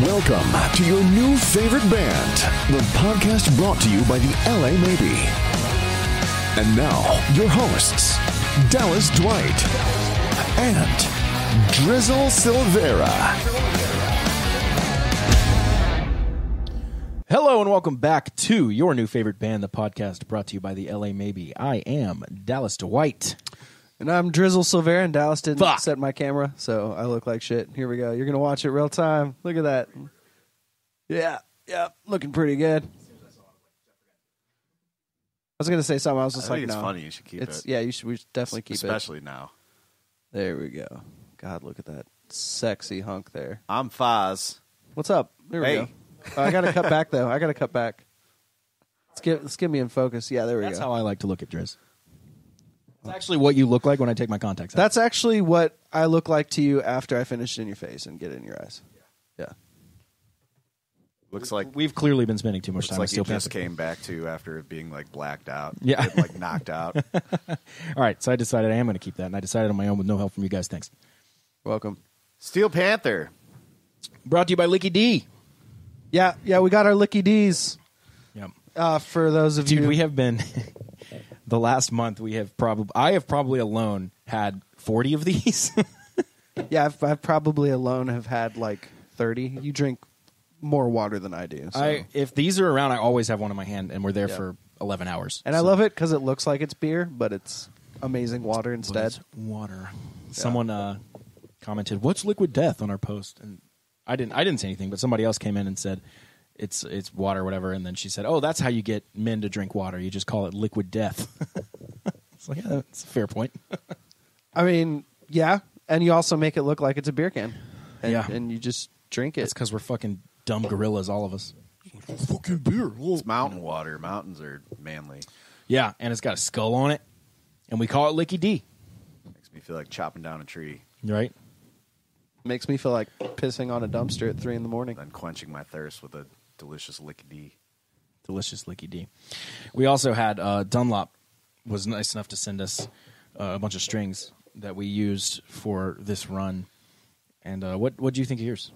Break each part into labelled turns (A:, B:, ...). A: Welcome to your new favorite band, the podcast brought to you by the LA Maybe. And now, your hosts, Dallas Dwight and Drizzle Silvera.
B: Hello and welcome back to your new favorite band, the podcast brought to you by the LA Maybe. I am Dallas Dwight.
C: And I'm Drizzle Silvera, and Dallas didn't
B: Fuck.
C: set my camera, so I look like shit. Here we go. You're gonna watch it real time. Look at that. Yeah, yeah, looking pretty good. I was gonna say something. I was just
D: I
C: like,
D: think it's
C: no.
D: funny. You should keep
C: It's-
D: it.
C: Yeah, you should. We should definitely keep
D: Especially now.
C: it. There we go. God, look at that sexy hunk there.
D: I'm Foz.
C: What's up? There we
D: Hey.
C: go. Oh, I gotta cut back though. I gotta cut back. Let's get let's get me in focus. Yeah, there we
B: That's
C: go.
B: how I like to look at Driz. It's actually what you look like when I take my contacts out.
C: That's actually what I look like to you after I finish it in your face and get it in your eyes. Yeah.
D: Looks like
B: We've clearly been spending too much
D: looks
B: time with
D: like you
B: steel
D: just
B: pants.
D: came back to after being like blacked out.
B: Yeah.
D: Getting, like knocked out.
B: All right, so I decided I am going to keep that, and I decided on my own with no help from you guys. Thanks.
C: Welcome.
D: Steel Panther.
B: Brought to you by Licky D.
C: Yeah, yeah, we got our licky D's.
B: Yep.
C: Uh, for those of
B: Dude,
C: you,
B: we have been the last month. We have probably I have probably alone had forty of these.
C: yeah, I've, I've probably alone have had like thirty. You drink more water than I do. So.
B: I if these are around, I always have one in my hand, and we're there
C: Yeah.
B: for eleven hours.
C: and I love it because it looks like it's beer, but it's amazing water instead.
B: It's water. Someone uh, commented, "What's liquid death?" on our post, and I didn't. I didn't say anything, but somebody else came in and said, "It's it's water, whatever." And then she said, "Oh, that's how you get men to drink water. You just call it liquid death." it's like yeah, that's a fair point.
C: I mean, yeah, and you also make it look like it's a beer can. And,
B: Yeah.
C: and you just drink
B: It's
C: it.
B: because we're fucking dumb gorillas, all of us.
A: Fucking beer.
D: It's mountain water. Mountains are manly.
B: Yeah, and it's got a skull on it, and we call it Licky D.
D: Makes me feel like chopping down a tree,
B: Right?
C: Makes me feel like pissing on a dumpster at three in the morning.
D: then quenching my thirst with a delicious lickety.
B: delicious licky d we also had uh, dunlop was nice enough to send us uh, a bunch of strings that we used for this run and uh, what what do you think of yours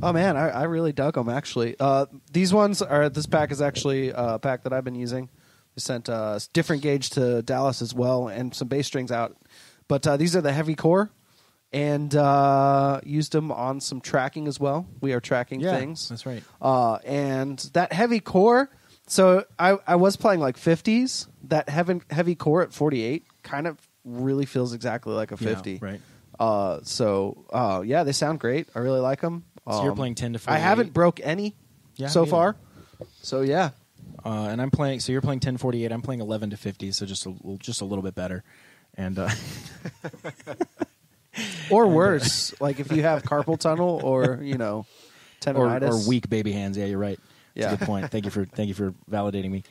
C: Oh man, I, I really dug them actually. Uh, these ones are this pack is actually uh, a pack that I've been using. We sent uh, s- different gauge to Dallas as well, and some bass strings out. But uh, these are the heavy core, and uh, used them on some tracking as well. We are tracking things.
B: that's right
C: Uh, and that heavy core. So I, I was playing like 50s. That heavy, heavy core at 48 kind of really feels exactly like a 50.
B: right.
C: Uh, so uh, yeah, they sound great. I really like them.
B: So you're playing 10 to
C: I
B: 48?
C: haven't broke any
B: Yeah,
C: so
B: me
C: far. So yeah,
B: uh, and i'm playing so you're playing 1048 i'm playing 11 to 50 so just a, l- just a little bit better and uh,
C: or worse, like if you have carpal tunnel or you know
B: or,
C: tendonitis
B: or weak baby hands yeah you're right that's
C: Yeah.
B: a good point thank you for thank you for validating me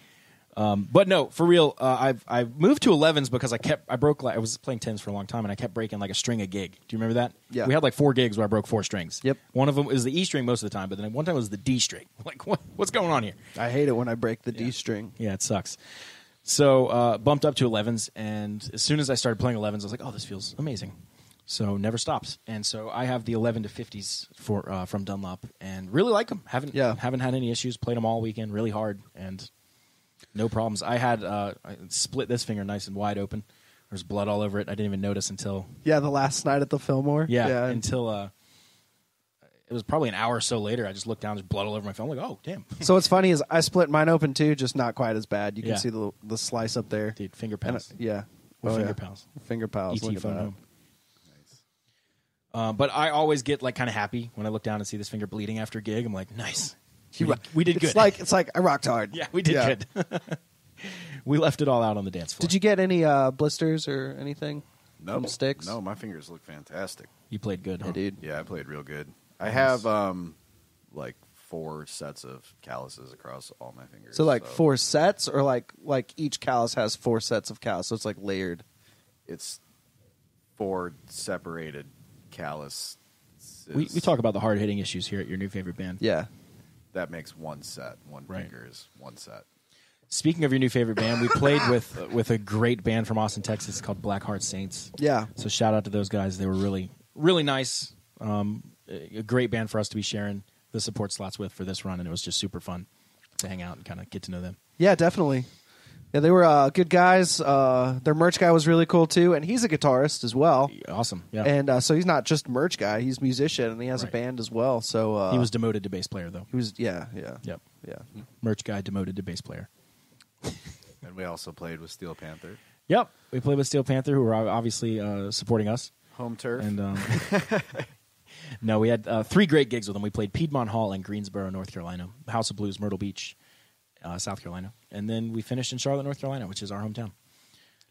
B: um, but no, for real, uh, I've I've moved to 11s because I kept I broke like, I was playing 10s for a long time and I kept breaking like a string a gig. Do you remember that?
C: Yeah.
B: We had like four gigs where I broke four strings.
C: Yep.
B: One of them was the E string most of the time, but then one time it was the D string. Like what what's going on here?
C: I hate it when I break the D string.
B: Yeah, it sucks. So uh, bumped up to 11s, and as soon as I started playing 11s, I was like, "Oh, this feels amazing." So never stops, and so I have the 11 to 50s for uh, from Dunlop, and really like them. Haven't
C: Yeah.
B: haven't had any issues. Played them all weekend, really hard, and no problems. I had uh, I split this finger nice and wide open. There's blood all over it. I didn't even notice until
C: Yeah, the last night at the Fillmore.
B: yeah, until uh, it was probably an hour or so later. I just looked down, there's blood all over my phone. like, oh damn,
C: so what's funny is I split mine open too, just not quite as bad. You can
B: Yeah.
C: see the the slice up there.
B: dude, finger
C: And, uh,
B: pals.
C: yeah.
B: We're finger
C: yeah.
B: pals.
C: Finger pals.
B: ET
C: look at
B: phone
C: that.
B: home. Uh, but I always get like kind of happy when I look down and see this finger bleeding after a gig. I'm like, nice, we, did, we did
C: It's
B: good.
C: like it's like I rocked hard.
B: yeah, we did good. we left it all out on the dance floor.
C: Did you get any uh, blisters or anything?
D: No
C: From sticks?
D: No, my fingers look fantastic.
B: You played good, huh?
C: dude.
D: Yeah, I played real good. I have um like four sets of calluses across all my fingers.
C: So like four sets, or like like each callus has four sets of callus, so it's like layered.
D: it's four separated callus.
B: We, we talk about the hard hitting issues here at your new favorite band.
C: Yeah,
D: that makes one set. One
B: Right.
D: finger is one set.
B: Speaking of your new favorite band, we played with with a great band from Austin, Texas called Black Heart Saints.
C: yeah.
B: So shout out to those guys. They were really, really nice. Um, a a great band for us to be sharing the support slots with for this run, and it was just super fun to hang out and kind of get to know them.
C: Yeah, definitely. Yeah, they were uh, good guys. Uh, their merch guy was really cool too, and he's a guitarist as well.
B: Awesome, yeah.
C: And uh, so he's not just merch guy; he's musician and he has a
B: Right.
C: band as well. So uh,
B: he was demoted to bass player though.
C: he was yeah yeah
B: Yep,
C: yeah.
B: merch guy demoted to bass player.
D: And we also played with Steel Panther.
B: Yep, we played with Steel Panther, who were ob- obviously uh, supporting us.
D: Home turf.
B: And um, no, we had uh, three great gigs with them. We played Piedmont Hall in Greensboro, North Carolina, House of Blues, Myrtle Beach, uh, South Carolina, and then we finished in Charlotte, North Carolina, which is our hometown.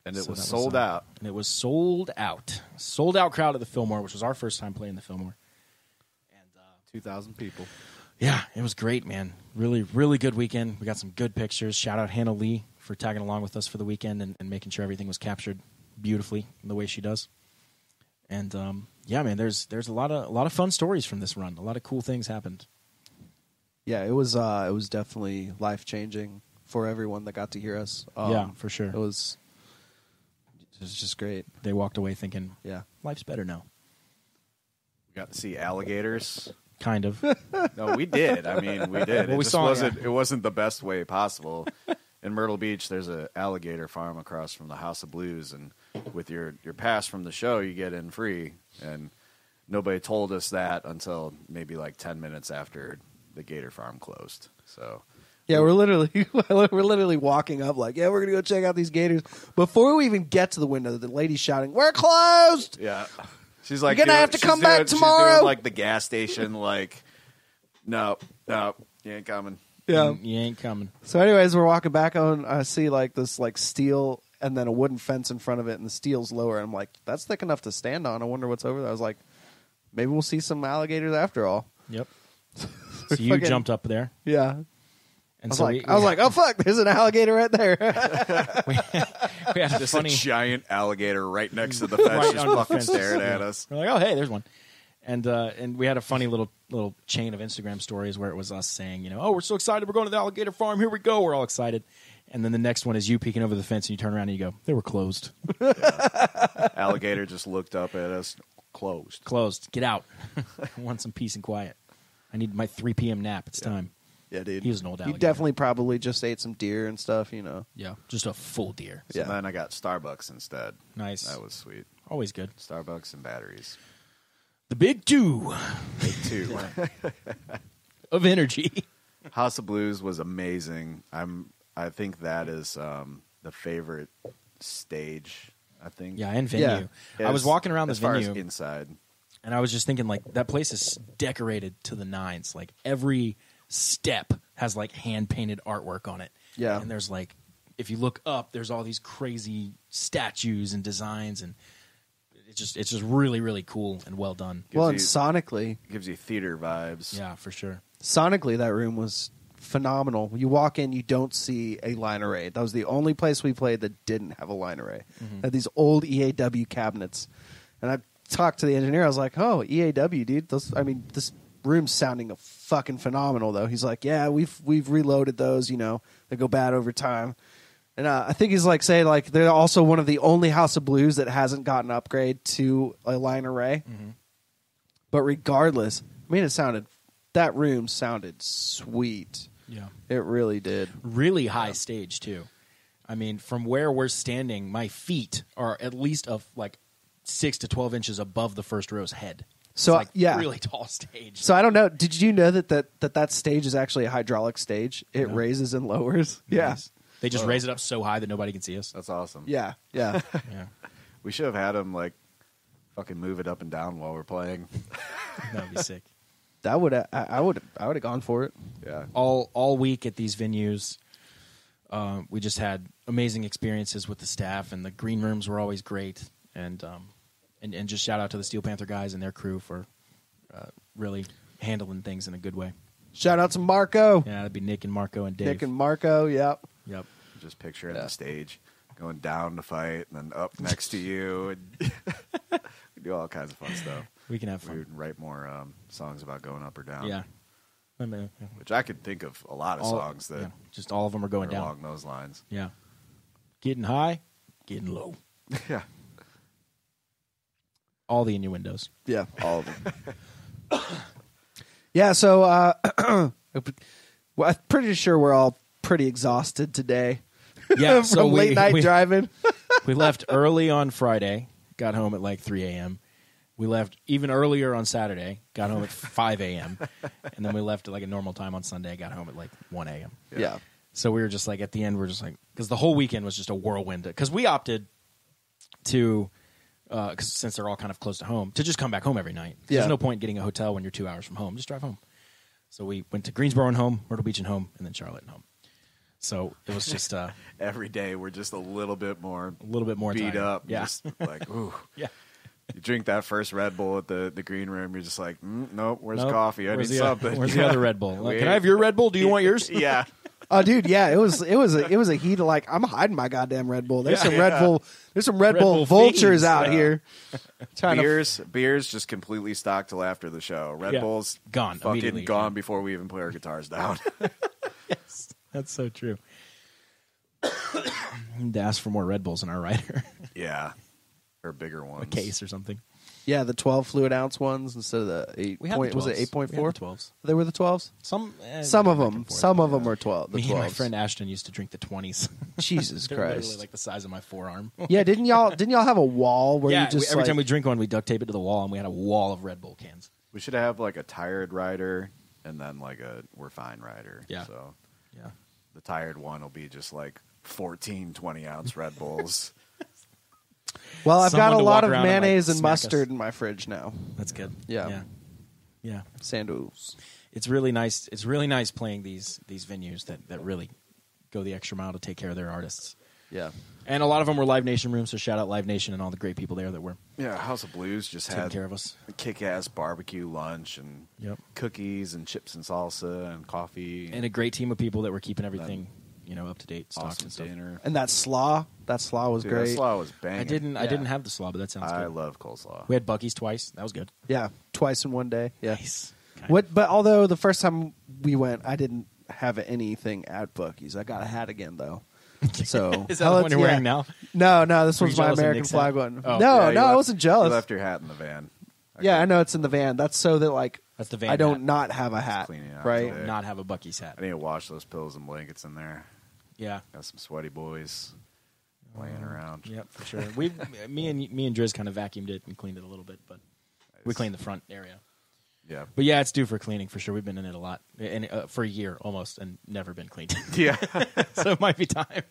D: and it
B: So
D: was
B: that
D: sold
B: uh,
D: out.
B: And it was sold out, sold out crowd at the Fillmore, which was our first time playing the Fillmore. And uh,
D: 2,000 people.
B: yeah, it was great, man. Really, really good weekend. We got some good pictures. Shout out Hannah Lee for tagging along with us for the weekend and, and making sure everything was captured beautifully in the way she does. And um, yeah, man, there's there's a lot of a lot of fun stories from this run. A lot of cool things happened.
C: Yeah, it was uh, it was definitely life changing for everyone that got to hear us. Um,
B: Yeah, for sure.
C: It was it was just great.
B: They walked away thinking,
C: Yeah,
B: life's better now.
D: We got to see alligators.
B: Kind of.
D: No, we did. I mean, we did.
B: Well,
D: it
B: we
D: just
B: saw,
D: wasn't. It wasn't the best way possible. In Myrtle Beach, there's an alligator farm across from the House of Blues, and with your your pass from the show, you get in free. And nobody told us that until maybe like ten minutes after the gator farm closed. So
C: yeah. We're literally we're literally walking up like, yeah, we're gonna go check out these gators. Before we even get to the window, the lady's shouting, "We're closed!"
D: yeah, she's like,
C: You're gonna
D: doing-
C: have to
D: she's
C: come back
D: doing- she's
C: tomorrow.
D: doing, like the gas station, like no, no, you ain't coming.
C: Yeah.
B: you ain't coming.
C: Mm-hmm. So, anyways, we're walking back on. I see like this like steel and then a wooden fence in front of it, and the steel's lower. I'm like, that's thick enough to stand on. I wonder what's over there. I was like, maybe we'll see some alligators after all.
B: Yep. so you
C: Fucking-
B: jumped up there,
C: Yeah. I
B: and
C: was
B: so
C: like,
B: we,
C: I was like, oh fuck, there's an alligator right there.
B: we had a
D: Just
B: funny
D: a giant alligator right next to the fence,
B: Right
D: just
B: on the
D: fucking
B: fence.
D: staring at us.
B: We're like, oh hey, there's one. And uh, and we had a funny little little chain of Instagram stories where it was us saying, you know, oh, we're so excited, we're going to the alligator farm. Here we go, we're all excited. And then the next one is you peeking over the fence, and you turn around and you go, they were closed,
D: Alligator just looked up at us, closed.
B: closed. Get out. I want some peace and quiet. I need my 3 p.m. nap. It's time.
D: Yeah, dude.
B: He was an old
C: you
B: alligator.
C: definitely probably just ate some deer and stuff, you know.
B: yeah, just a full deer.
D: So
C: Yeah.
D: then I got Starbucks instead.
B: Nice.
D: That was sweet.
B: Always good.
D: Starbucks and batteries.
B: The big two
D: Big two.
B: of energy.
D: House of Blues was amazing. I'm. I think that is um, the favorite stage. I think.
B: yeah, and venue. I was
D: As-
B: walking around the
D: as far
B: venue.
D: as inside.
B: And I was just thinking, like, that place is decorated to the nines. Like, every step has, like, hand painted artwork on it.
C: Yeah.
B: And there's, like, if you look up, there's all these crazy statues and designs. And it's just, it's just really, really cool and well done.
D: Gives
C: well, and
D: you-
C: sonically,
D: Gives you theater vibes.
B: Yeah, for sure.
C: sonically that room was phenomenal. You walk in, you don't see a line array. That was the only place we played that didn't have a line array. They had these old EAW cabinets, and I talked to the engineer. I was like, "Oh, EAW, dude. Those, I mean, this room's sounding fucking phenomenal, though." He's like, "Yeah, we've we've reloaded those. You know, they go bad over time." And uh, I think he's like saying like they're also one of the only House of Blues that hasn't gotten upgrade to a line array. But regardless, I mean, it sounded that room sounded sweet.
B: Yeah.
C: It really did.
B: Really high stage, too. I mean, from where we're standing, my feet are at least of, like, six to 12 inches above the first row's head.
C: So,
B: It's, like,
C: yeah.
B: Really tall stage.
C: So I don't know. Did you know that that that, that stage is actually a hydraulic stage? It raises and lowers.
B: Nice. They just raise it up so high that nobody can see us.
D: That's awesome.
C: Yeah. Yeah. Yeah.
B: Yeah.
D: We should have had him like fucking move it up and down while we're playing.
B: That would be sick.
C: that would I, I would I would have gone for it.
D: Yeah.
B: All all week at these venues, um, we just had amazing experiences with the staff, and the green rooms were always great. And um, and and just shout out to the Steel Panther guys and their crew for uh, really handling things in a good way.
C: Shout out to Marco,
B: Yeah, that'd be Nick and Marco and Dave.
C: Nick and Marco. Yep.
B: yep.
D: Just picturing
C: Yeah.
D: the stage going down to fight and then up next to you and we do all kinds of fun stuff.
B: We can have
D: We
B: fun.
D: would write more um, songs about going up or down.
B: Yeah. I mean, yeah.
D: Which I could think of a lot of
B: All-
D: songs that
B: yeah. just all of them are
D: are
B: going down.
D: along those lines.
B: Yeah. Getting high, getting low.
D: yeah.
B: All the innuendos.
C: Yeah. All of them. Yeah, so uh, well, I'm pretty sure we're all pretty exhausted today.
B: Yeah,
C: from
B: so we-
C: late night
B: we-
C: driving.
B: we left early on Friday, got home at like 3 a.m. We left even earlier on Saturday, got home at 5 a.m. And then we left at like a normal time on Sunday, got home at like 1 a.m.
C: yeah.
B: So we were just like, at the end, we are just like, because the whole weekend was just a whirlwind. Because we opted to, uh 'cause since they're all kind of close to home, to just come back home every night.
C: Yeah.
B: There's no point getting a hotel when you're two hours from home. Just drive home. So we went to Greensboro and home, Myrtle Beach and home, and then Charlotte and home. So it was just uh,
D: Every day we're just a little bit more
B: a little bit more
D: beat
B: tired.
D: up.
B: Yeah.
D: Just like, ooh.
B: yeah.
D: You drink that first Red Bull at the, the green room, you're just like, mm, nope, where's
B: Nope.
D: coffee? I
B: Oh, where's
D: need
B: the, uh,
D: something.
B: Where's the other Red Bull? Like,
D: We-
B: can I have your Red Bull? Do you want yours?
D: yeah.
C: Oh, dude, yeah, it was it was a it was a heat of like I'm hiding my goddamn Red Bull. There's
D: Yeah.
C: some
D: Yeah.
C: Red Bull. There's some Red,
B: Red
C: Bull,
B: Bull
C: vultures
B: fiends,
C: out
B: yeah.
C: here. Trying to
D: Beers, beers just completely stocked till after the show. Red
B: Yeah.
D: Bull's
B: Gone
D: fucking
B: immediately,
D: gone
B: yeah.
D: before we even put our guitars down.
B: That's so true. Need to ask for more Red Bulls in our rider
D: yeah, or bigger ones.
B: a case or something.
C: yeah, the 12 fluid ounce ones instead of the eight.
B: We had
C: point,
B: the
C: was it
B: 12s. We had
C: 8.4?
B: the 12s.
C: They were the 12s.
B: Some eh,
C: Some of
B: back and
C: them,
B: forth.
C: some of them are 12. The
B: Me
C: 12s.
B: and my friend Ashton used to drink the twenties.
C: Jesus
B: They're literally
C: Christ.
B: like the size of my forearm.
C: yeah, didn't y'all didn't y'all have a wall where
B: yeah,
C: you just
B: every
C: like,
B: time we drink one, we duct tape it to the wall, and we had a wall of Red Bull cans.
D: We should have like a tired rider and then like a we're fine rider.
B: Yeah.
D: So
B: Yeah,
D: the tired one will be just like 14, 20 ounce Red Bulls.
C: Well, I've
B: Someone
C: got a
B: to
C: lot
B: walk
C: of
B: around and, like,
C: mayonnaise and
B: smack us.
C: mustard in my fridge now.
B: that's good.
C: Yeah.
B: yeah, yeah.
C: Sandals.
B: It's really nice. It's really nice playing these these venues that that really go the extra mile to take care of their artists.
C: Yeah.
B: And a lot of them were Live Nation rooms, so shout out Live Nation and all the great people there that were
D: yeah, House of Blues just
B: taking
D: had
B: care of us.
D: kick ass barbecue lunch and
B: Yep.
D: cookies and chips and salsa and coffee
B: And a great team of people that were keeping everything, you know, up to date, stocked
D: awesome
B: and stuff.
D: dinner.
C: And that slaw, that slaw was
D: Dude, that
C: great.
D: slaw was banging.
B: I didn't I
C: Yeah.
B: didn't have the slaw, but that sounds
D: I
B: good.
D: love coleslaw.
B: we had Bucky's twice. That was good.
C: Yeah, twice in one day. Yeah.
B: Nice. Okay.
C: What? But although the first time we went, I didn't have anything at Bucky's. I got a hat again though. So
B: Is that the
C: Hell,
B: one
C: it's-
B: you're
C: yeah.
B: wearing now?
C: No, no, this
B: Were
C: one's
B: you
C: my
B: jealous of
C: American
B: Nick's
C: flag
B: hat?
C: one.
B: Oh.
C: no,
D: Yeah, you
C: no, I
D: left-
C: wasn't
D: You
C: jealous.
D: left your hat in the van.
C: yeah, I know it's in the van. That's so that like
B: That's the van
C: I don't
B: hat.
C: not have a hat,
D: cleaning out
C: right?
D: today.
B: Not have a Bucky's hat.
D: I need to wash those pillows and blankets in there.
B: Yeah.
D: Got some sweaty boys laying
C: Mm,
D: around.
B: Yep, for sure. We me and me and Driz kind of vacuumed it and cleaned it a little bit, but we cleaned the front area.
D: Yeah.
B: But yeah, it's due for cleaning for sure. We've been in it a lot and uh, for a year almost and never been cleaned.
D: Yeah.
B: so it might be time.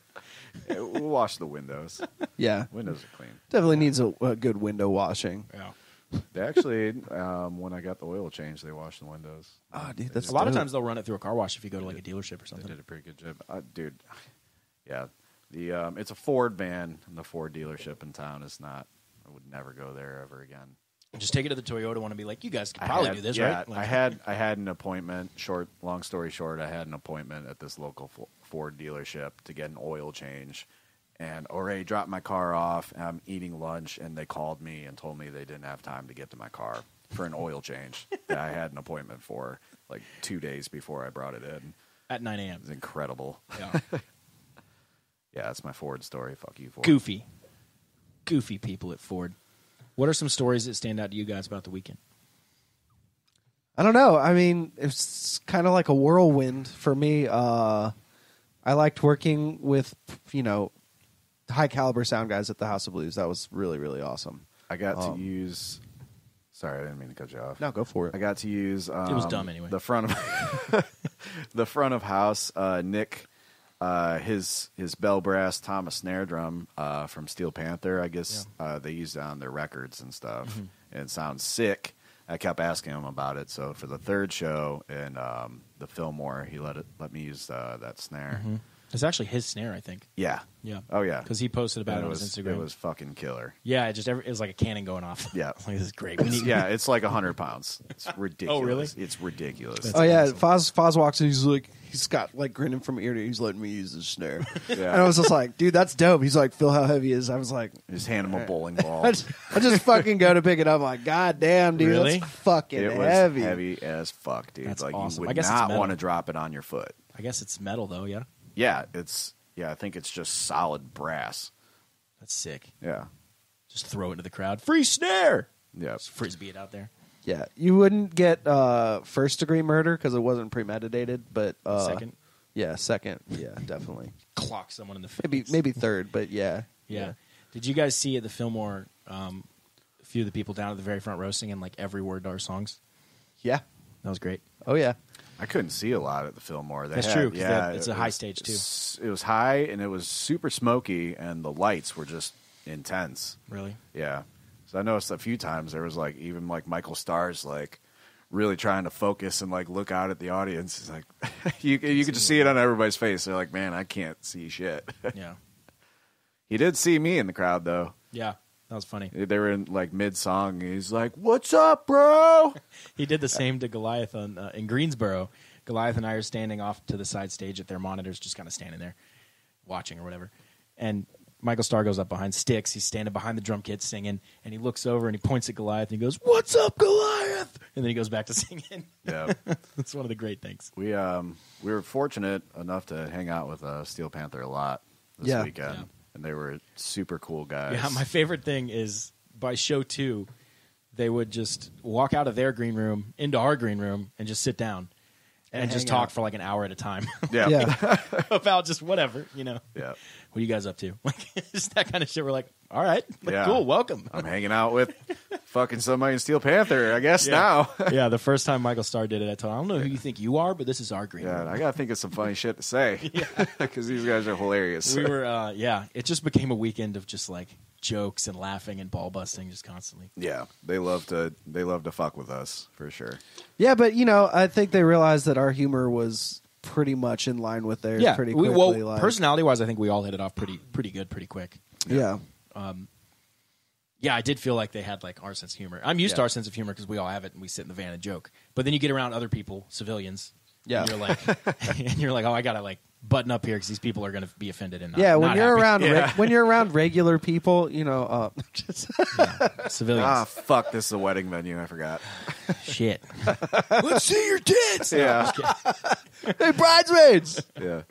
D: we'll wash the windows.
C: Yeah,
D: Windows are clean.
C: definitely needs a, a good window washing.
B: Yeah.
D: They actually, um, when I got the oil change, they washed the windows.
C: Oh, dude, that's
B: A lot of
C: dope.
B: times they'll run it through a car wash if you go to like a dealership or
D: They
B: something.
D: did a pretty good job, uh, dude. Yeah, the um, it's a Ford van, and the Ford dealership in town is not. I would never go there ever again.
B: Just take it to the Toyota one and be like, you guys could probably
D: I had-
B: do this,
D: yeah,
B: right? Like,
D: I had I had an appointment. Short, long story short, I had an appointment at this local Fo- Ford dealership to get an oil change, and already dropped my car off. And I'm eating lunch, and they called me and told me they didn't have time to get to my car for an oil change that I had an appointment for like two days before I brought it in.
B: at 9 a.m.
D: It's incredible.
B: Yeah.
D: Yeah, that's my Ford story. Fuck you, Ford.
B: Goofy. Goofy people at Ford. What are some stories that stand out to you guys about the weekend?
C: I don't know. I mean, it's kind of like a whirlwind for me. Uh, I liked working with, you know, high caliber sound guys at the House of Blues. That was really, really awesome.
D: I got
C: Um,
D: to use. Sorry, I didn't mean to cut you off.
C: No, go for it.
D: I got to use. Um,
B: was dumb anyway.
D: The front of the front of house, uh, Nick, uh, his his bell brass Thomas snare drum uh, from Steel Panther. I guess uh, they used it on their records and stuff,
B: Mm-hmm.
D: and it sounds sick. I kept asking him about it. So for the third show in um, the Fillmore, he let it let me use uh, that snare.
B: It's actually his snare, I think.
D: Yeah.
B: Yeah.
D: Oh yeah.
B: Because Mm-hmm. he posted about it,
D: And it
B: on
D: was
B: his Instagram.
D: it was fucking killer.
B: yeah, it just every, it was like a cannon going off.
D: Yeah.
B: It's like, this is great. We need,
D: yeah, it's like hundred pounds. It's ridiculous.
B: Oh, really?
D: It's ridiculous.
C: oh yeah, Foz Foz walks in. He's like, he's got like grinning from ear to. ear. He's letting me use his snare,
D: Yeah.
C: and I was just like, dude, that's dope. He's like, feel how heavy it is. I was like,
D: Just hand him a bowling ball.
C: I just, I just fucking go to pick it up. I'm like, god damn, dude,
B: Really?
C: that's fucking
D: it was
C: heavy.
D: heavy. as fuck, dude.
B: That's
D: like
B: awesome.
D: you
B: I
D: would
B: guess it's
D: not
B: metal.
D: want to drop it on your foot.
B: I guess it's metal, though, yeah?
D: Yeah, it's yeah. I think it's just solid brass.
B: That's sick.
D: Yeah,
B: Just throw it into the crowd. Free snare!
D: yeah.
B: Just frisbee it out there.
C: Yeah, you wouldn't get uh, first degree murder because it wasn't premeditated, but uh,
B: Second?
C: yeah, second, yeah, definitely,
B: Clock someone in the face.
C: maybe maybe third, but yeah,
B: Yeah. Did you guys see at the Fillmore um, a few of the people down at the very front row singing like every word to our songs?
C: yeah,
B: That was great.
C: oh yeah,
D: I couldn't see a lot at the Fillmore. They
B: That's
D: had-
B: true, 'cause
D: Yeah,
B: that- it's
D: it
B: a high
D: was-
B: stage, too.
D: s- It was high and it was super smoky, and the lights were just intense.
B: Really?
D: Yeah. So I noticed a few times there was like even like Michael Starr's like really trying to focus and like look out at the audience. It's like you you could just see it on everybody's face. They're like, man, I can't see shit.
B: Yeah.
D: he did see me in the crowd though.
B: Yeah. That was funny.
D: They were in like mid song. He's like, "What's up, bro?"
B: He did the same to Goliath on, uh, in Greensboro. Goliath and I are standing off to the side stage at their monitors, just kind of standing there, watching or whatever. And Michael Starr goes up behind Sticks. He's standing behind the drum kit singing, and he looks over and he points at Goliath and he goes, "What's up, Goliath?" And then he goes back to singing.
D: yeah.
B: That's one of the great things.
D: We um we were fortunate enough to hang out with uh, Steel Panther a lot this
C: Yeah.
D: weekend,
B: Yeah.
D: and they were super cool guys.
B: Yeah, my favorite thing is by show two, they would just walk out of their green room into our green room and just sit down and,
C: And
B: just
C: hang
B: talk
C: out.
B: for like an hour at a time
D: yeah, yeah.
C: yeah,
B: about just whatever, you know.
D: yeah.
B: What are you guys up to? Like just that kind of shit. We're like, all right, like,
D: Yeah.
B: cool, welcome.
D: I'm hanging out with fucking somebody in Steel Panther, I guess
B: Yeah.
D: now.
B: yeah, the first time Michael Starr did it, I told him, I don't know who you think you are, but this is our green room.
D: yeah, I gotta think of some funny shit to say because these guys are hilarious.
B: we were uh, yeah it just became a weekend of just like jokes and laughing and ball busting just constantly
D: yeah, they love to they love to fuck with us for sure.
C: yeah, but you know, I think they realized that our humor was pretty much in line with theirs. pretty
B: we,
C: quickly.
B: well
C: like,
B: personality wise i think we all hit it off pretty pretty good pretty quick
C: yeah,
B: yeah i did feel like they had like our sense of humor i'm used to
C: Yeah.
B: our sense of humor because we all have it and we sit in the van and joke but then you get around other people civilians
C: Yeah.
B: and you're like and you're like oh i gotta like button up here because these people are gonna be offended and not,
C: yeah. When
B: not
C: you're
B: happy.
C: around, reg-
D: Yeah.
C: when you're around regular people, you know, uh, just,
B: civilians
D: Ah, fuck! This is a wedding venue. I forgot.
B: shit let's see your tits
D: Yeah,
C: hey, bridesmaids.
D: yeah,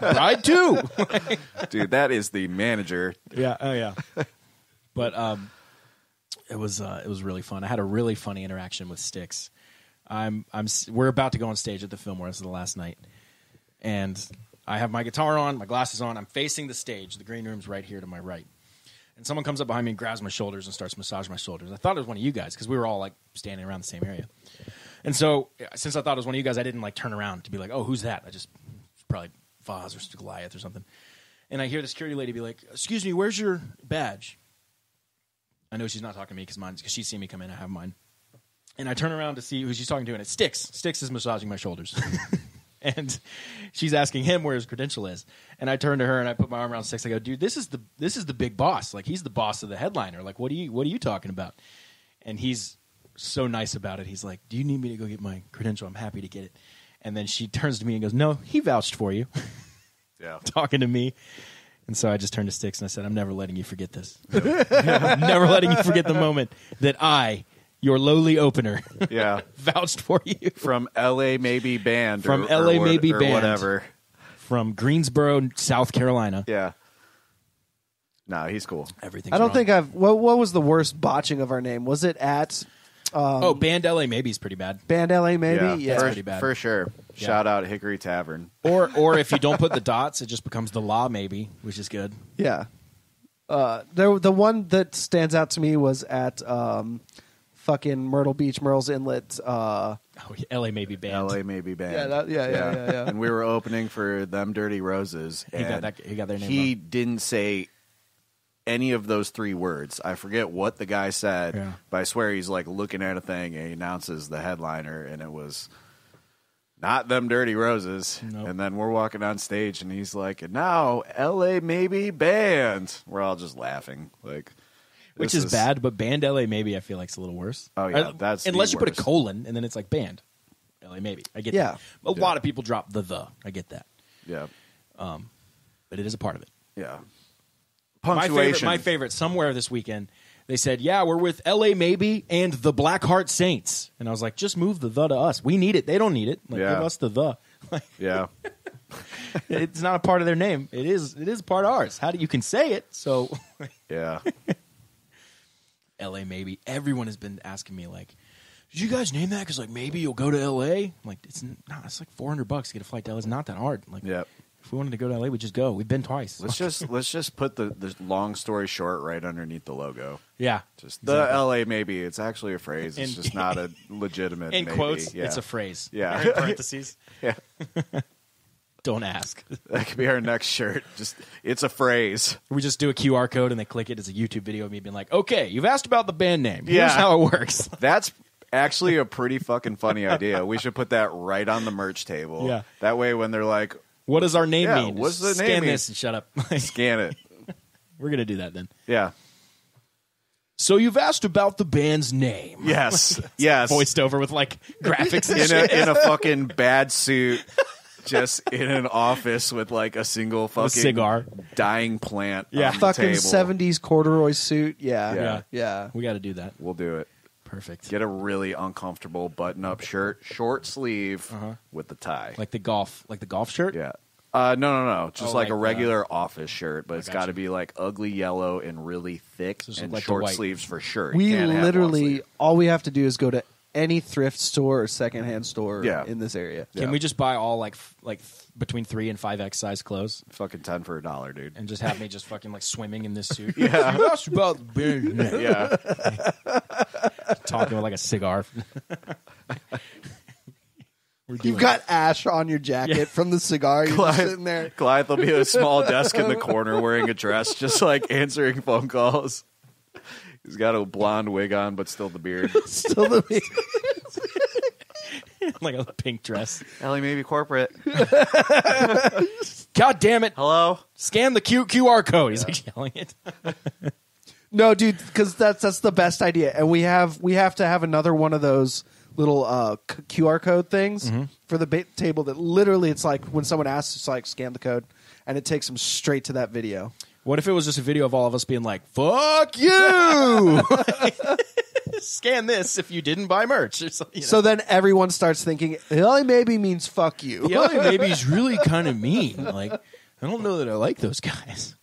B: bride too
D: dude, that is the manager.
B: yeah oh yeah but um it was uh it was really fun i had a really funny interaction with sticks i'm i'm s- we're about to go on stage at the fillmore this is the last night and i have my guitar on my glasses on i'm facing the stage the green room's right here to my right and someone comes up behind me and grabs my shoulders and starts massaging my shoulders i thought it was one of you guys because we were all like standing around the same area and so since i thought it was one of you guys i didn't like turn around to be like oh who's that i just it's probably Foz or goliath or something and I hear the security lady be like, "Excuse me, where's your badge?" I know she's not talking to me because mine because she's seen me come in. I have mine, and I turn around to see who she's talking to, and it sticks. Sticks is massaging my shoulders, and she's asking him where his credential is. And I turn to her and I put my arm around Sticks. I go, "Dude, this is the this is the big boss. Like he's the boss of the headliner. Like what are you what are you talking about?" And he's so nice about it. He's like, "Do you need me to go get my credential? I'm happy to get it." And then she turns to me and goes, "No, he vouched for you."
D: Yeah,
B: talking to me. And so I just turned to Sticks and I said, I'm never letting you forget this. I'm never letting you forget the moment that I, your lowly opener,
D: yeah.
B: vouched for you
D: From L.A. Maybe band.
B: From
D: or, or
B: LA
D: what-
B: Maybe
D: or
B: Band.
D: Whatever.
B: from Greensboro, South Carolina.
D: Yeah. No, he's cool.
B: Everything.
C: I don't think I've. What, what was the worst botching of our name? Was it at
B: oh, Band LA maybe is pretty bad.
C: Band LA? Maybe.
D: yeah,
C: Yeah.
D: For,
B: pretty bad.
D: for sure.
B: Yeah.
D: Shout out Hickory Tavern.
B: Or, or if you don't put the dots, it just becomes the law maybe, which is good.
C: Yeah. Uh, there, the one that stands out to me was at um, fucking Myrtle Beach, Myrtle's Inlet. Uh,
B: Oh, yeah, LA maybe band.
D: L.A. Maybe band.
C: Yeah, that- yeah, yeah, yeah, yeah.
D: And we were opening for them Dirty Roses.
B: He got
D: and
B: that- he got their name
D: He didn't say any of those three words. I forget what the guy said,
B: Yeah.
D: but I swear he's like looking at a thing and he announces the headliner, and it was. Not them dirty roses.
B: Nope.
D: And then we're walking on stage and he's like, and now LA maybe band. We're all just laughing. Like
B: Which
D: this
B: is, bad, but Band LA maybe I feel like is a little worse.
D: Oh, yeah,
B: Or-
D: that's the
B: unless you put
D: worst.
B: a colon and then it's like Band LA maybe. I get
C: Yeah.
B: that. A
D: Yeah.
B: lot of people drop the the. I get that.
D: Yeah.
B: But it is a part of it.
D: Yeah.
B: my favorite, my favorite somewhere this weekend they said yeah we're with la maybe and the black heart saints and i was like just move the the to us we need it they don't need it like
D: Yeah.
B: give us the the like
D: Yeah.
B: it's not a part of their name it is it is part of ours how do you can say it so
D: Yeah.
B: la maybe everyone has been asking me like Did you guys name that? Because like maybe you'll go to L.A. I'm like it's n- nah, it's like four hundred bucks to get a flight to L.A. It's not that hard. Like
D: Yep.
B: if we wanted to go to L.A., we just go. We've been twice.
D: Let's just let's just put the, the long story short right underneath the logo.
B: yeah,
D: Just the LA maybe. It's actually a phrase. It's
B: In-
D: just not a legitimate
B: in
D: maybe.
B: quotes.
D: Yeah.
B: It's a phrase.
D: yeah.
E: Or in parentheses.
D: yeah.
B: Don't ask.
D: That could be our next shirt. Just it's a phrase.
B: We just do a QR code and they click it. It's a YouTube video of me being like, "Okay, you've asked about the band name. Here's
D: Yeah.
B: how it works."
D: That's actually a pretty fucking funny idea. We should put that right on the merch table.
B: Yeah.
D: That way when they're like,
B: What does our name
D: Yeah,
B: mean?
D: what's the
B: Scan
D: name mean?
B: this and shut up. Like,
D: scan it.
B: We're gonna do that then.
D: Yeah.
B: So you've asked about the band's name.
D: Yes. yes.
B: Voiced over with like graphics and
D: in a
B: shit.
D: in a fucking bad suit, just in an office with like a single fucking
B: cigar.
D: dying plant.
B: Yeah.
D: on the
C: fucking
D: table.
C: seventies corduroy suit. Yeah,
D: Yeah.
C: yeah.
B: We got to do that.
D: We'll do it.
B: Perfect.
D: Get a really uncomfortable button-up shirt, short sleeve with the tie.
B: Uh-huh. like the golf, like the golf shirt.
D: yeah. Uh, no, no, no. Just
B: Oh,
D: like,
B: like,
D: a
B: uh,
D: regular office shirt, but it's
B: got
D: got to
B: you.
D: be like ugly yellow and really thick
B: So it's
D: and
B: like the
D: short
B: white.
D: sleeves for sure. You
C: We
D: can't have long
C: literally
D: sleeve.
C: all we have to do is go to any thrift store or secondhand store
D: Yeah.
C: in this area.
B: Can
D: Yeah.
B: we just buy all like f- like th- between three and five X size clothes
D: fucking ten for a dollar, dude.
B: and just have me just fucking like swimming in this suit? yeah. You asked about the band's name.
D: yeah,
B: Talking with like a cigar. We're doing
C: You've got ash on your jacket
B: Yeah.
C: from the cigar. You're just sitting there.
D: Goliath will be at a small desk in the corner wearing a dress, just like answering phone calls. He's got a blonde wig on, but still the beard.
C: Still the
B: like a pink dress.
D: Ellie, maybe corporate.
B: God damn it!
D: Hello?
B: Scan the Q- QR code. He's like yelling it.
C: no, dude, because that's that's the best idea. And we have we have to have another one of those little uh, c- QR code things
B: Mm-hmm.
C: for the ba- table. That literally, it's like when someone asks, it's like scan the code, and it takes them straight to that video.
B: What if it was just a video of all of us being like, "Fuck you!" Scan this if you didn't buy merch. Or something, you know?
C: So then everyone starts thinking, "Hilly maybe means fuck you."
B: Yelling Baby's really kind of mean. Like, I don't know that I like those guys.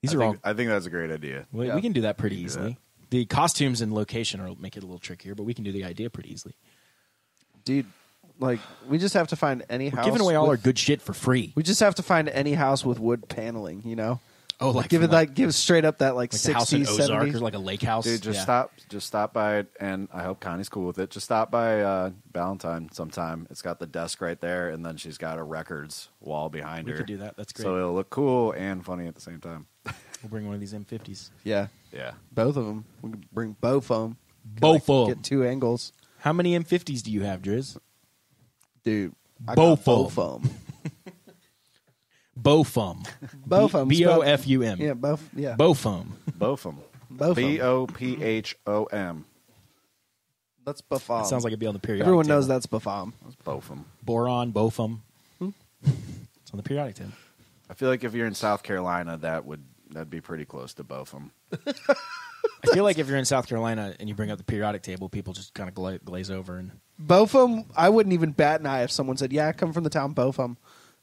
B: These
D: I
B: are all.
D: think, I think that's a great idea.
B: We,
C: yeah.
B: we can do that pretty easily. The costumes and location are make it a little trickier, but we can do the idea pretty easily.
C: dude. Like we just have to find any house.
B: Giving away all
C: with-
B: our good shit for free.
C: We just have to find any house with wood paneling. You know.
B: Oh, like
C: give
B: from,
C: it like, give straight up that like
B: like the house in
C: sixties,
B: Ozark or
C: seventies.
B: like a lake house.
D: Dude, just
B: Yeah.
D: stop. Just stop by, and I hope Connie's cool with it. Just stop by uh, Valentine sometime. It's got the desk right there, and then she's got a records wall behind
B: We
D: her.
B: could do that. That's great.
D: So it'll look cool and funny at the same time.
B: We'll bring one of these M50s.
C: Yeah,
D: Yeah.
C: both of them. We could bring both of them.
B: Both of 'em.
C: Get two angles,
B: How many M50s do you have, Driz?
C: dude. I got
B: Both of
C: both of them.
B: Bofum.
C: Both of 'em.
B: B O F U M.
C: Yeah, both. Yeah,
B: Bofum.
D: Both of them.
C: Both 'em.
D: B O P H O M.
C: That's Buffon.
B: It sounds like it'd be on the periodic.
C: everyone
B: table.
C: knows that's Buffon.
D: Both of them.
B: Boron, Bofum. it's on the periodic table.
D: I feel like if you're in South Carolina, that would that'd be pretty close to both of them.
B: I feel like if you're in South Carolina and you bring up the periodic table, people just kind of gla- glaze over and
C: Both of them. I wouldn't even bat an eye if someone said, "Yeah, I come from the town Botham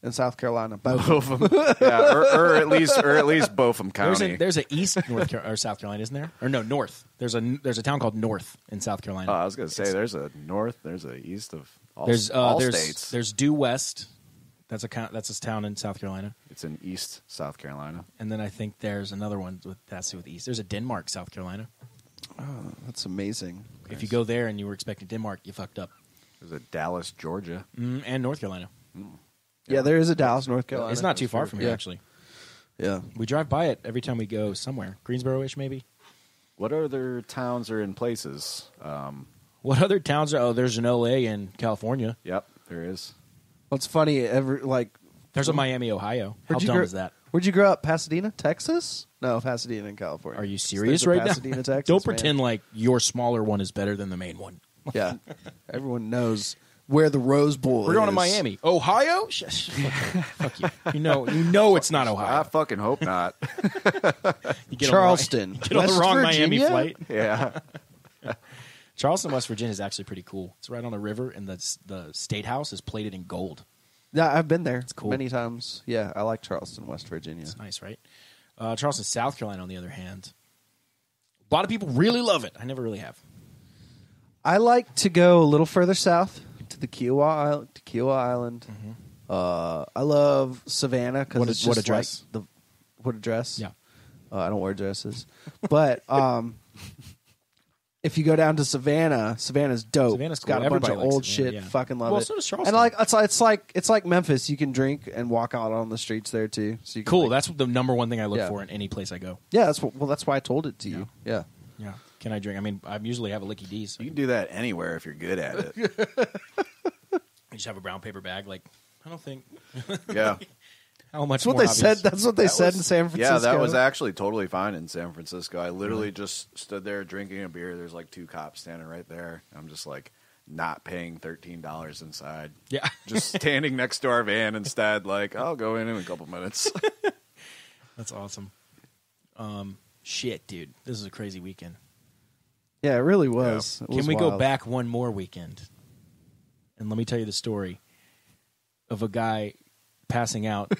C: in South Carolina." Both.
D: Both of them, yeah, or, or at least or at least both of them
B: there's
D: county.
B: a there's a East North Car- or South Carolina, isn't there? Or no, North. There's a there's a town called North in South Carolina.
D: oh, I was gonna say there's a north, there's a east of all,
B: there's uh,
D: all
B: there's
D: states.
B: there's Due West. That's a co- that's a town in South Carolina.
D: it's in East South Carolina.
B: And then I think there's another one with that's with East. There's a Denmark, South Carolina.
C: That's amazing.
B: If you go there and you were expecting Denmark, you fucked up.
D: There's a Dallas, Georgia.
B: Mm, and North Carolina.
C: Yeah. there is a Dallas, North Carolina.
B: It's not too far from here
C: Yeah.
B: actually.
C: Yeah.
B: We drive by it every time we go somewhere. Greensboro-ish maybe.
D: What other towns are in places? Um,
B: What other towns are? Oh, there's an LA in California.
D: yep, there is.
C: What's funny? Ever like
B: There's a Miami, Ohio. How
C: Where'd you
B: dumb
C: grow-
B: is that?
C: Where'd you grow up? Pasadena, Texas? No, Pasadena in California.
B: Are you
C: There's
B: serious
C: a
B: right
C: Pasadena,
B: now?
C: Texas,
B: Don't
C: man.
B: pretend like your smaller one is better than the main one.
C: yeah, everyone knows where the Rose Bowl.
B: We're going to
C: is.
B: Miami, Ohio. Sh- sh- Fuck you. Fuck you. You know, you know it's not
D: I
B: Ohio.
D: fucking hope not.
B: You get on the wrong-
C: Charleston,
B: Get on the
C: West
B: wrong Miami
C: Virginia?
B: flight.
D: yeah,
B: Charleston, West Virginia is actually pretty cool. It's right on the river, and the the state house is plated in gold.
C: Yeah, I've been there
B: cool.
C: many times. Yeah, I like Charleston, West Virginia.
B: It's nice, right? Uh, Charleston, South Carolina, on the other hand, a lot of people really love it. I never really have.
C: I like to go a little further south to the Kiowa Island. To Kiowa Island. Uh, I love Savannah because
B: Mm-hmm. What a-
C: it's
B: what
C: just
B: a dress.
C: Like the, what a dress.
B: Yeah.
C: Uh, I don't wear dresses, but um, if you go down to Savannah, Savannah's dope.
B: Savannah's
C: it's got
B: cool.
C: a bunch
B: Everybody
C: of
B: likes
C: old
B: Savannah,
C: shit.
B: yeah.
C: Fucking love
B: Well,
C: it.
B: so does Charleston.
C: And like it's, like it's like it's like Memphis. You can drink and walk out on the streets there too. So you can,
B: Cool.
C: like-
B: That's the number one thing I look
C: Yeah.
B: for in any place I go.
C: yeah. That's wh- well. That's why I told it to you. Yeah.
B: Yeah. Can I drink? I mean, I usually have a E licky D. So
D: You can do that anywhere if you're good at it.
B: I just have a brown paper bag. Like, I don't think
D: yeah.
B: how much.
C: That's what
B: more
C: they
B: obvious.
C: said. That's what they
D: That
C: said
D: was-
C: in San Francisco.
D: Yeah, that was actually totally fine in San Francisco. I literally
B: Mm-hmm.
D: just stood there drinking a beer. There's like two cops standing right there. I'm just like not paying thirteen dollars inside.
B: Yeah.
D: just standing next to our van instead. Like I'll go in in a couple minutes.
B: That's awesome. Um, shit, dude, this is a crazy weekend.
C: Yeah, it really was. It
B: Can
C: was
B: we go
C: wild.
B: back one more weekend? And let me tell you the story of a guy passing out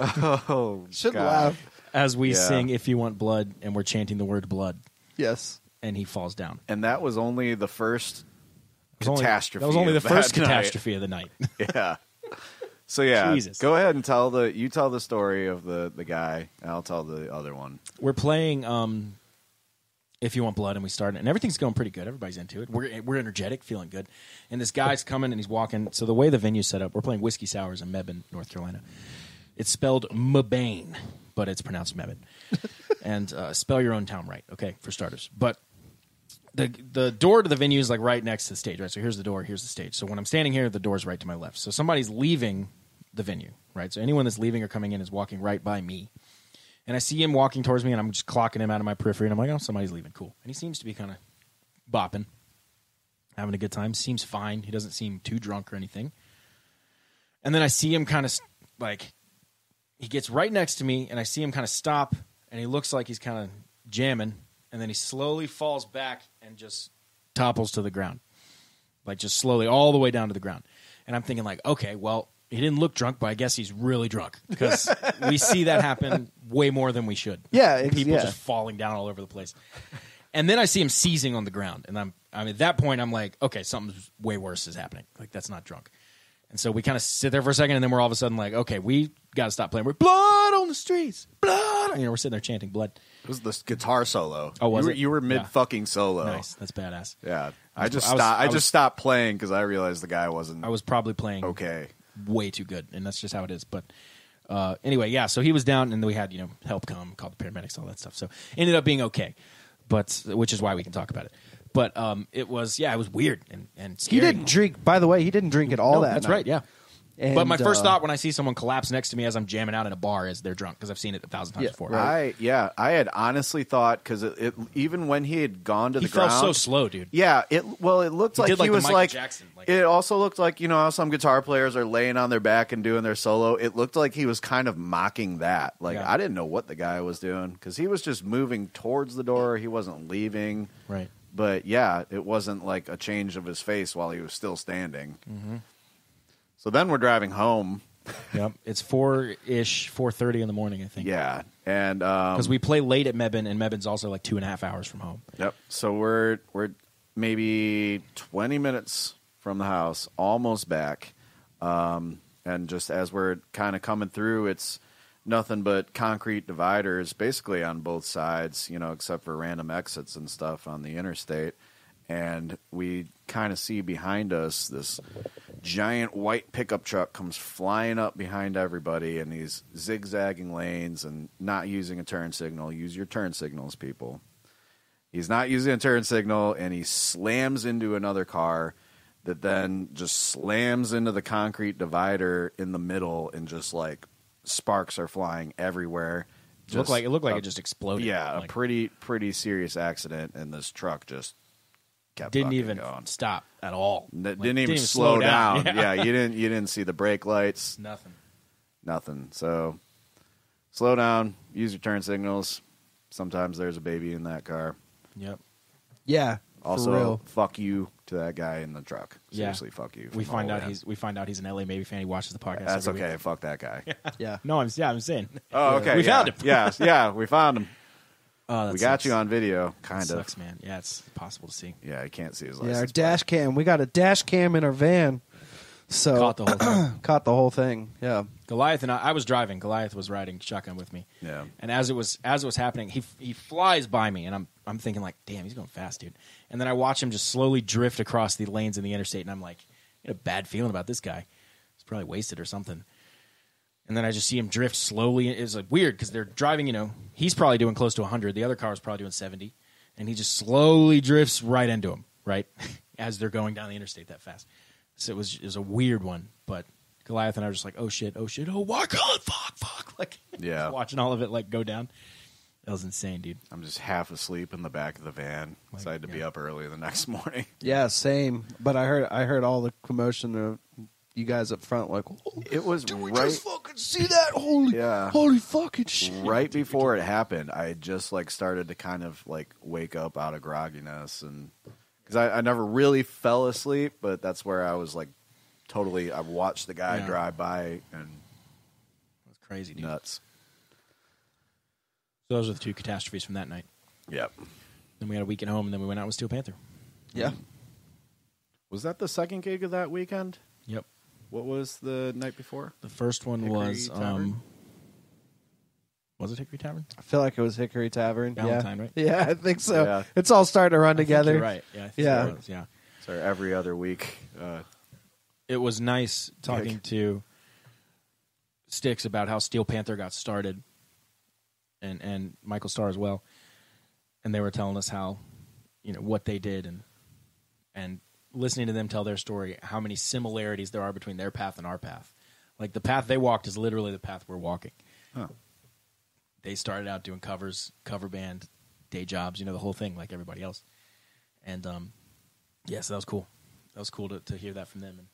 D: oh,
C: Should
D: God.
C: laugh.
B: as we
D: Yeah.
B: sing "If You Want Blood" and we're chanting the word "blood,"
C: Yes.
B: and he falls down.
D: And that was only the first.
B: It was only-
D: Catastrophe
B: That was only the
D: of that
B: first
D: night.
B: catastrophe of the night.
D: Yeah. So yeah,
B: Jesus.
D: go ahead and tell the you tell the story of the the guy, and I'll tell the other one.
B: we're playing um if you want blood and we started and everything's going pretty good everybody's into it we're, we're energetic feeling good and this guy's coming and he's walking so the way the venue's set up we're playing whiskey sours in mebane north carolina it's spelled mebane but it's pronounced mebane and uh, spell your own town right okay for starters but the the door to the venue is like right next to the stage, right? So here's the door, here's the stage. So when I'm standing here, the door's right to my left. So somebody's leaving the venue, right? So anyone that's leaving or coming in is walking right by me. And I see him walking towards me and I'm just clocking him out of my periphery and I'm like, "Oh, somebody's leaving. Cool." And he seems to be kind of bopping, having a good time. Seems fine. He doesn't seem too drunk or anything. And then I see him kind of like he gets right next to me and I see him kind of stop and he looks like he's kind of jamming and then he slowly falls back and just topples to the ground. Like just slowly all the way down to the ground. And I'm thinking like, okay, well, he didn't look drunk, but I guess he's really drunk because we see that happen way more than we should.
C: Yeah, ex-
B: people
C: yeah.
B: just falling down all over the place. And then I see him seizing on the ground and I'm I mean at that point I'm like, okay, something's way worse is happening. Like that's not drunk. And so we kind of sit there for a second, and then we're all of a sudden like, okay, we got to stop playing. We're blood on the streets, blood. on-" You know, we're sitting there chanting blood.
D: It was the guitar solo.
B: Oh, was
D: you were,
B: it?
D: You were mid
B: Yeah.
D: fucking solo.
C: Oh.
B: Nice, that's badass.
D: Yeah, I just
B: I was-
D: stopped. I,
B: I
D: just
B: was-
D: stopped playing because I realized the guy wasn't
B: I was probably playing
D: okay.
B: way too good, and that's just how it is. But uh, anyway, yeah. So he was down, and we had you know help come, called the paramedics, all that stuff. So ended up being okay, but which is why we can talk about it. But um, it was yeah, it was weird and and
C: He
B: scary.
C: didn't drink. By the way, he didn't drink at all
B: No,
C: that.
B: that's
C: night.
B: right. Yeah.
C: And,
B: but my first
C: uh,
B: thought when I see someone collapse next to me as I'm jamming out in a bar is they're drunk because I've seen it a thousand times
C: Yeah,
B: before.
D: I yeah, I had honestly thought because it, it even when he had gone to
B: He
D: the
B: fell
D: ground
B: so slow, dude.
D: Yeah, it well, it looked
B: He
D: like
B: did
D: he
B: like the
D: was
B: Michael
D: like,
B: Jackson, like-
D: It also looked like you know how some guitar players are laying on their back and doing their solo. It looked like he was kind of mocking that. Like
B: Yeah.
D: I didn't know what the guy was doing because he was just moving towards the door. He wasn't leaving.
B: Right.
D: But yeah, it wasn't like a change of his face while he was still standing.
B: Mm-hmm.
D: So then we're driving home.
B: Yep, it's four ish, four thirty in the morning, I think.
D: Yeah, and um,
B: because we play late at Mebane, and Mebane's also like two and a half hours from home.
D: Yep. So we're we're maybe twenty minutes from the house, almost back. Um, and just as we're kind of coming through, it's nothing but concrete dividers, basically on both sides. You know, except for random exits and stuff on the interstate. And we kind of see behind us this giant white pickup truck comes flying up behind everybody in these zigzagging lanes and not using a turn signal. Use your turn signals, people. He's not using a turn signal and he slams into another car that then just slams into the concrete divider in the middle and just like sparks are flying everywhere.
B: It looked like it looked like it just
D: a,
B: exploded.
D: yeah,
B: Like,
D: a pretty pretty serious accident and this truck just kept
B: didn't
D: fucking
B: even
D: going.
B: stop at all.
D: N-
B: Like,
D: didn't, even slow down.
B: Yeah.
D: Yeah. you didn't you didn't see the brake lights,
B: nothing.
D: nothing. So slow down, use your turn signals. Sometimes there's a baby in that car.
B: Yep.
C: Yeah. for
D: Also,
C: real.
D: fuck you to that guy in the truck.
B: Yeah.
D: Seriously, fuck you.
B: We
D: from
B: find
D: all
B: out
D: that.
B: he's we find out he's an LA maybe fan. He watches the podcast.
D: That's
B: every
D: okay.
B: week.
D: Fuck that guy.
C: Yeah.
B: No, I'm yeah, I'm saying.
D: Oh, okay.
B: We
D: yeah.
B: found him.
D: yeah, yeah, we found him.
B: Oh, that
D: we got
B: sucks.
D: you on video,
B: That
D: kind of.
B: sucks, man. Yeah, it's possible to see.
D: Yeah, I can't see his
C: Yeah, our
D: license.
C: dash cam. We got a dash cam in our van. So
B: Caught the whole thing.
C: caught the whole thing. Yeah.
B: Goliath and I, I was driving. Goliath was riding shotgun with me.
D: Yeah.
B: And as it was as it was happening, he he flies by me, and I'm I'm thinking like, damn, he's going fast, dude. And then I watch him just slowly drift across the lanes in the interstate, and I'm like, I get a bad feeling about this guy. He's probably wasted or something. And then I just see him drift slowly. It was like weird because they're driving. You know, he's probably doing close to 100. The other car is probably doing 70, and he just slowly drifts right into him, right as they're going down the interstate that fast. So it was it was a weird one, but Goliath and I were just like, oh shit, oh shit, oh my god, fuck, fuck, like
D: Yeah.
B: watching all of it like go down. That was insane, dude.
D: I'm just half asleep in the back of the van, so I had to be
B: yeah.
D: up early the next morning.
C: Yeah, same. But I heard I heard all the commotion of you guys up front like
D: It was
C: Did we
D: right
C: just fucking see that? Holy
D: Yeah.
C: holy fucking
B: Mm.
C: shit.
D: right before it happened. I had just like started to kind of like wake up out of grogginess, and because I, I never really fell asleep, but that's where I was like totally. I watched the guy
B: Yeah.
D: drive by and
B: It was crazy, dude.
D: nuts.
B: So those were the two catastrophes from that night.
D: Yep.
B: Then we had a week at home, and then we went out with Steel Panther.
C: Yeah.
D: Was that the second gig of that weekend?
B: Yep.
D: What was the night before?
B: The first one
D: Hickory
B: was
D: Tavern?
B: um, was it Hickory Tavern?
C: I feel like it was Hickory Tavern.
B: Valentine,
C: yeah.
B: right?
C: Yeah, I think so.
D: Yeah.
C: It's all starting to run
B: I think
C: together.
B: you're right. Yeah. I think
C: Yeah.
B: It was, yeah.
D: So every other week. Uh,
B: It was nice talking
D: Like-
B: to Sticks about how Steel Panther got started, and and Michael Starr as well, and they were telling us how, you know, what they did and and listening to them tell their story, how many similarities there are between their path and our path. Like the path they walked is literally the path we're walking.
D: Huh.
B: They started out doing covers, cover band, day jobs, you know, the whole thing, like everybody else. And um, yeah, so that was cool. That was cool to, to hear that from them. And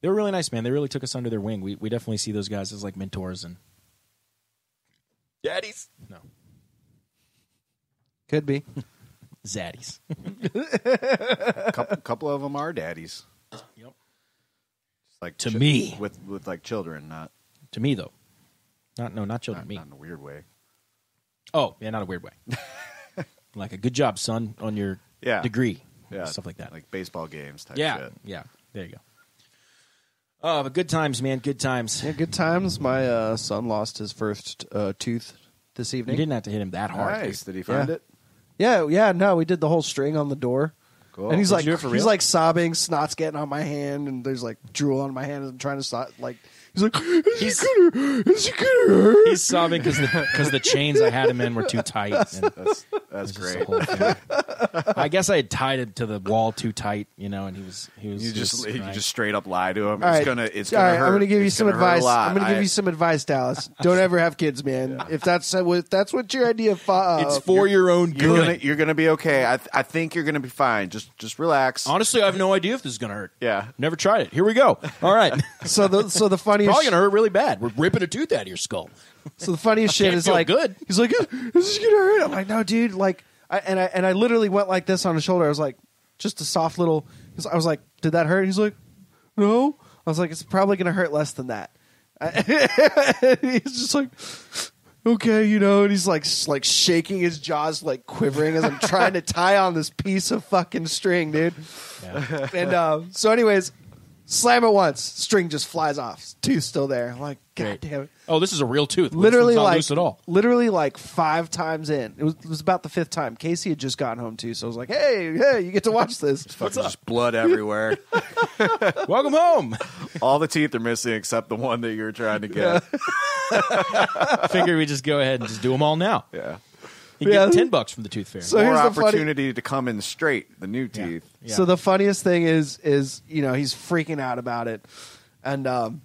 B: they were really nice, man. They really took us under their wing. We we definitely see those guys as like mentors and daddies. No,
C: Could be.
B: zaddies.
D: a couple, couple of them are daddies.
B: yep.
D: It's like
B: To me.
D: with with like children, not
B: To me though, not no, not children.
D: not,
B: me.
D: not in a weird way.
B: Oh, yeah, not a weird way. like a good job, son, on your
D: Yeah.
B: degree.
D: Yeah,
B: Stuff like that.
D: like baseball games type
B: yeah.
D: shit.
B: Yeah. There you go. Uh, but good times, man. Good times.
C: Yeah, good times. My uh, son lost his first uh, tooth this
B: You
C: evening.
B: didn't have to hit him that hard.
D: Nice. Did he find
C: Yeah.
D: it?
C: Yeah, yeah, no, we did the whole string on the door.
D: Cool.
C: And he's
D: Did
C: like,
B: you do it for
C: he's
B: real?
C: like sobbing, snot's getting on my hand, and there's like drool on my hand, and I'm trying to snot. Like, he's like, is
B: He's-
C: it gonna, is it gonna hurt?
B: He's sobbing because the, 'cause the chains I had him in were too tight. and
D: That's that's
B: it was just
D: great.
B: the whole thing. I guess I had tied it to the wall too tight, you know, and he was he was
D: You
B: he was
D: just you
B: crying.
D: just straight up lie to him.
C: All
D: it's
C: right.
D: gonna it's
C: All
D: gonna
C: right,
D: hurt.
C: I'm gonna give you
D: It's
C: some
D: gonna hurt a
C: advice.
D: lot.
C: I'm gonna give
D: I-
C: you some advice, Dallas. Don't ever have kids, man. If that's uh, if that's what your idea, of uh, fa-
B: it's for your own
D: You're gonna
B: good.
D: you're gonna be okay. I th- I think you're gonna be fine. Just just relax.
B: Honestly, I have no idea if this is gonna hurt.
D: Yeah.
B: never tried it. Here we go. All right,
C: so the so the funniest
B: probably gonna hurt really bad. We're ripping a tooth out of your skull.
C: So the funniest shit
B: Can't
C: is
B: feel
C: like
B: good.
C: He's like, "Is this gonna hurt?" I'm like, "No, dude." Like, I, and I and I literally went like this on his shoulder. I was like, just a soft little. 'cause I was like, "Did that hurt?" He's like, "No." I was like, "It's probably gonna hurt less than that." he's just like, "Okay, you know," and he's like, s- like shaking his jaws, like quivering as I'm trying to tie on this piece of fucking string, dude.
B: Yeah.
C: And uh, so, anyways. Slam it once, string just flies off. Tooth still there. I'm like, god
B: Great.
C: damn it!
B: Oh, this is a real tooth. This
C: literally
B: one's not
C: like
B: loose at all.
C: literally like five times in. It was, it was about the fifth time. Casey had just gotten home too, so I was like, "Hey, hey, you get to watch this."
D: Fucking just blood everywhere.
B: Welcome home.
D: All the teeth are missing except the one that you were trying to get.
B: Figured we just go ahead and just do them all now.
D: Yeah.
B: You
C: Yeah.
B: get ten bucks from the tooth fair.
C: So
D: More
C: here's the funny.
D: opportunity to come in straight. The new
B: Yeah.
D: teeth.
B: Yeah.
C: So the funniest thing is, is you know he's freaking out about it, and um,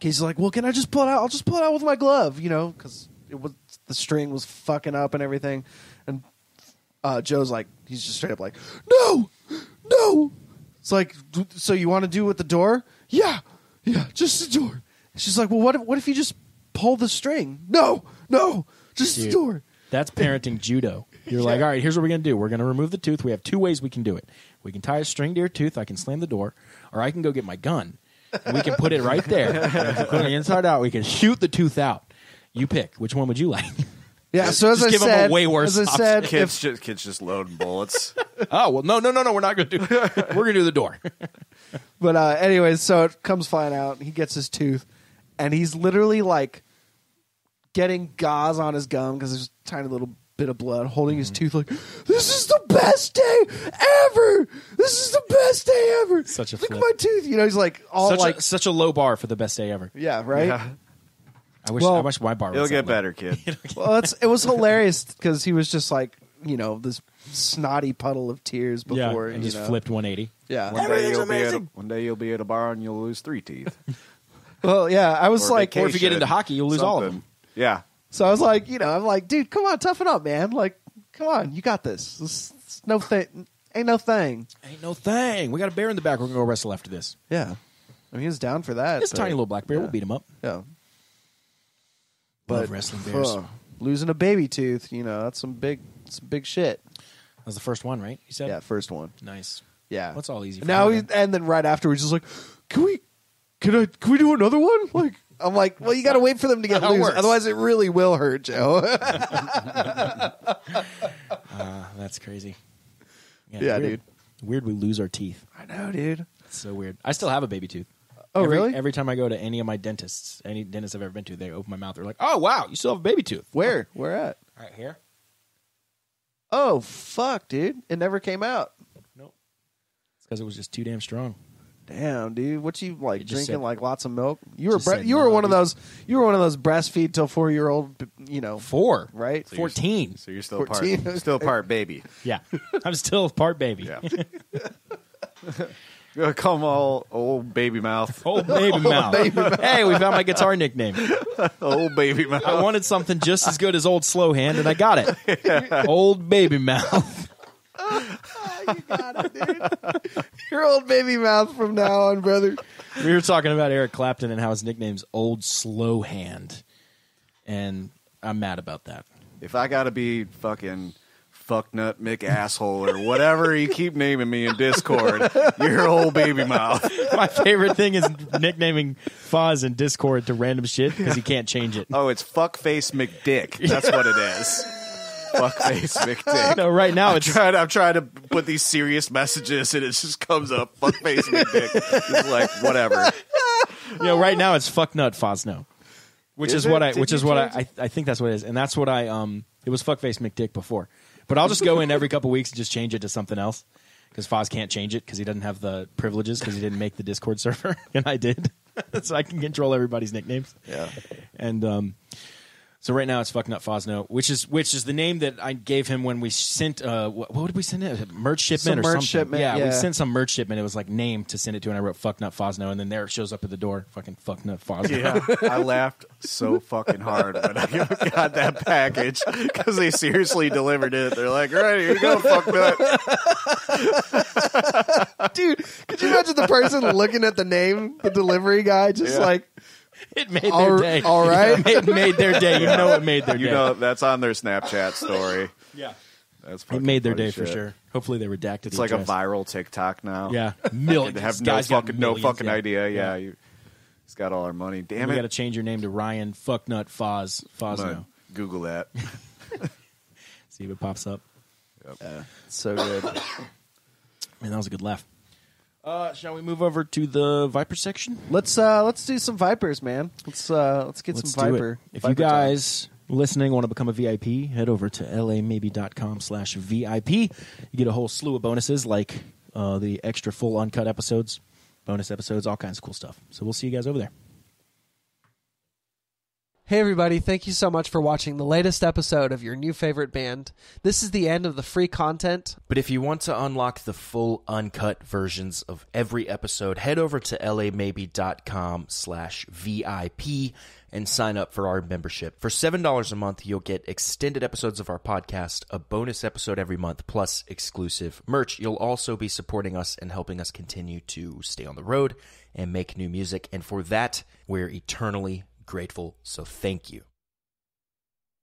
C: Casey's like, "Well, can I just pull it out? I'll just pull it out with my glove, you know, because it was the string was fucking up and everything." And uh, Joe's like, he's just straight up like, "No, no." It's like, "D- so you want to do with the door? Yeah, yeah, just the door. She's like, well, what if, what if you just pull the string? No, no, just the
B: Dude.
C: door.
B: That's parenting judo. You're like, all right, here's what we're going to do. We're going to remove the tooth. We have two ways we can do it. We can tie a string to your tooth. I can slam the door, or I can go get my gun. And we can put it right there. We can put it inside out. We can shoot the tooth out. You pick. Which one would you like?
C: Yeah, so as
B: Just
C: I
B: give 'em a
C: said,
B: way worse
C: as I
B: option.
C: said,
D: Kids,
C: if,
D: just, kids just loading bullets.
B: oh well, no, no, no, no. We're not going to do. We're going to do the door.
C: but uh, anyways, so it comes flying out. He gets his tooth, and he's literally like getting gauze on his gum because there's a tiny little bit of blood, holding
B: Mm-hmm.
C: his tooth like, "This is the best day ever. This is the best day ever."
B: Such a
C: look at
B: flip.
C: my tooth. You know, he's like all
B: such
C: like,
B: a, such a low bar for the best day ever.
C: yeah, right.
D: Yeah.
B: I wish.
C: Well,
B: I wish my bar.
D: It'll
B: was that
D: get
B: low.
D: better, kid.
C: well, it's, it was hilarious because he was just like, you know, this snotty puddle of tears
B: Yeah,
C: before.
B: and
C: you
B: just
C: know.
B: flipped 180.
C: Yeah.
D: One day, you'll be at a, one day you'll be at a bar and you'll lose three teeth.
C: Well, yeah. I was
D: Or
C: like,
B: Or if you get
D: vacation,
B: into hockey, you'll lose all of
D: something.
B: them.
D: Yeah.
C: so I was like, you know, I'm like, dude, come on, toughen up, man. Like, come on, you got this. This, this no thing, ain't no thing.
B: Ain't no thing. We got a bear in the back. We're gonna go wrestle after this.
C: Yeah. I mean, he was down for that.
B: This
C: but-
B: tiny little black bear. We'll beat him up.
C: Yeah.
B: Love
C: But
B: wrestling bears.
C: fuh, losing a baby tooth, you know, that's some big, some big shit.
B: That was the first one, right? You said.
C: Yeah, first one.
B: Nice.
C: Yeah,
B: That's all easy for
C: now
B: him,
C: he,
B: then.
C: and then right afterwards, he's like, "Can we? Can I? Can we do another one?" Like I'm like, "Well, you got to wait for them to get
B: how it
C: loose,
B: works.
C: otherwise it really will hurt, Joe."
B: Uh, that's crazy.
C: Yeah,
B: weird. Weird. We lose our teeth.
C: I know, dude.
B: It's so weird. I still have a baby tooth.
C: Oh,
B: Every-
C: really?
B: Every time I go to any of my dentists, any dentist I've ever been to, they open my mouth. They're like, "Oh wow, you still have a baby tooth."
C: Where? Where at?
B: Right here.
C: Oh fuck, dude! It never came out.
B: Nope. It's because it was just too damn strong.
C: Damn, dude, what you like
B: It just
C: drinking
B: said-
C: like lots of milk? You were
B: just
C: bre-
B: said
C: you were
B: no,
C: one of
B: dude.
C: those you were one of those breastfeed till four year old, you know.
B: Four.
C: Right. So
D: you're-
B: Fourteen.
D: So you're still part,
C: 14.
D: still part baby.
B: Yeah. I'm still part baby.
D: Yeah. You're Come all old baby mouth,
B: Old baby mouth. Hey, we found my guitar nickname.
D: old baby
B: I
D: mouth.
B: wanted something just as good as old slow hand, and I got it. Old baby mouth.
C: Ah, you got it, dude. Your old baby mouth from now on, brother.
B: We were talking about Eric Clapton and how his nickname's Old Slow Hand, and I'm mad about that.
D: If I gotta be fucking fucknut Mick asshole or whatever you keep naming me in Discord, you're old baby mouth.
B: My favorite thing is nicknaming Foz in Discord to random shit because he can't change it.
D: Oh, it's fuckface McDick. That's what it is. fuckface McDick.
B: No, right now it's
D: trying, I'm trying to put these serious messages, and it just comes up fuckface McDick. It's like whatever.
B: you know, right now it's fuck nut Fosno, which is,
D: it?
B: what I,
D: Did
B: which
D: you
B: is what I,
D: change
B: I, I think that's what it is, and that's what I, um, it was fuckface McDick before, but I'll just go in every couple weeks and just change it to something else because Foz can't change it because he doesn't have the privileges because he didn't make the Discord server and I did, so I can control everybody's nicknames. Yeah, and um. So right now it's fuck nut Fosno, which is which is the name that I gave him when we sent uh what, what did we send it merch shipment
C: Some
B: or
C: merch
B: something
C: shipment,
B: we
C: yeah.
B: sent some merch shipment it was like name to send it to and I wrote fuck nut Fosno and then there it shows up at the door fucking fuck nut Fosno
D: Yeah, I laughed so fucking hard when I got that package because they seriously delivered it. They're like, "All right, here you go, fuck nut."
C: Dude, could you imagine the person looking at the name, the delivery guy, just
D: Yeah.
C: like
B: It made
C: All-
B: their day.
C: all right.
B: it made their day. You know, it made their
D: You
B: day.
D: know, that's on their Snapchat story.
B: yeah,
D: That's
B: it
D: fucking
B: made their
D: funny
B: day for
D: shit.
B: sure. Hopefully, they redacted.
D: It's like a viral TikTok now.
B: Yeah, millions.
D: they have no
B: Guys got
D: fucking no
B: millions,
D: fucking
B: yeah.
D: idea. Yeah, you, he's got all our money. Damn
B: We got to
D: it!
B: change your name to Ryan Fucknut Foz Fozno.
D: I'm gonna Google that.
B: See if it pops up.
C: so good.
B: Man, that was a good laugh. Uh, shall we move over to the Viper section?
C: Let's uh let's do some vipers, man. Let's uh let's get
B: Let's
C: some
B: do it.
C: viper.
B: If
C: Viper
B: you
C: time.
B: guys listening want to become a VIP, head over to lamaybe.com slash VIP. You get a whole slew of bonuses like uh, the extra full uncut episodes, bonus episodes, all kinds of cool stuff. So we'll see you guys over there.
E: Hey, everybody, thank you so much for watching the latest episode of your new favorite band. This is the end of the free content.
F: But if you want to unlock the full uncut versions of every episode, head over to lamaybe.com slash VIP and sign up for our membership. For $7 a month, you'll get extended episodes of our podcast, a bonus episode every month, plus exclusive merch. You'll also be supporting us and helping us continue to stay on the road and make new music. And for that, we're eternally grateful. So thank you.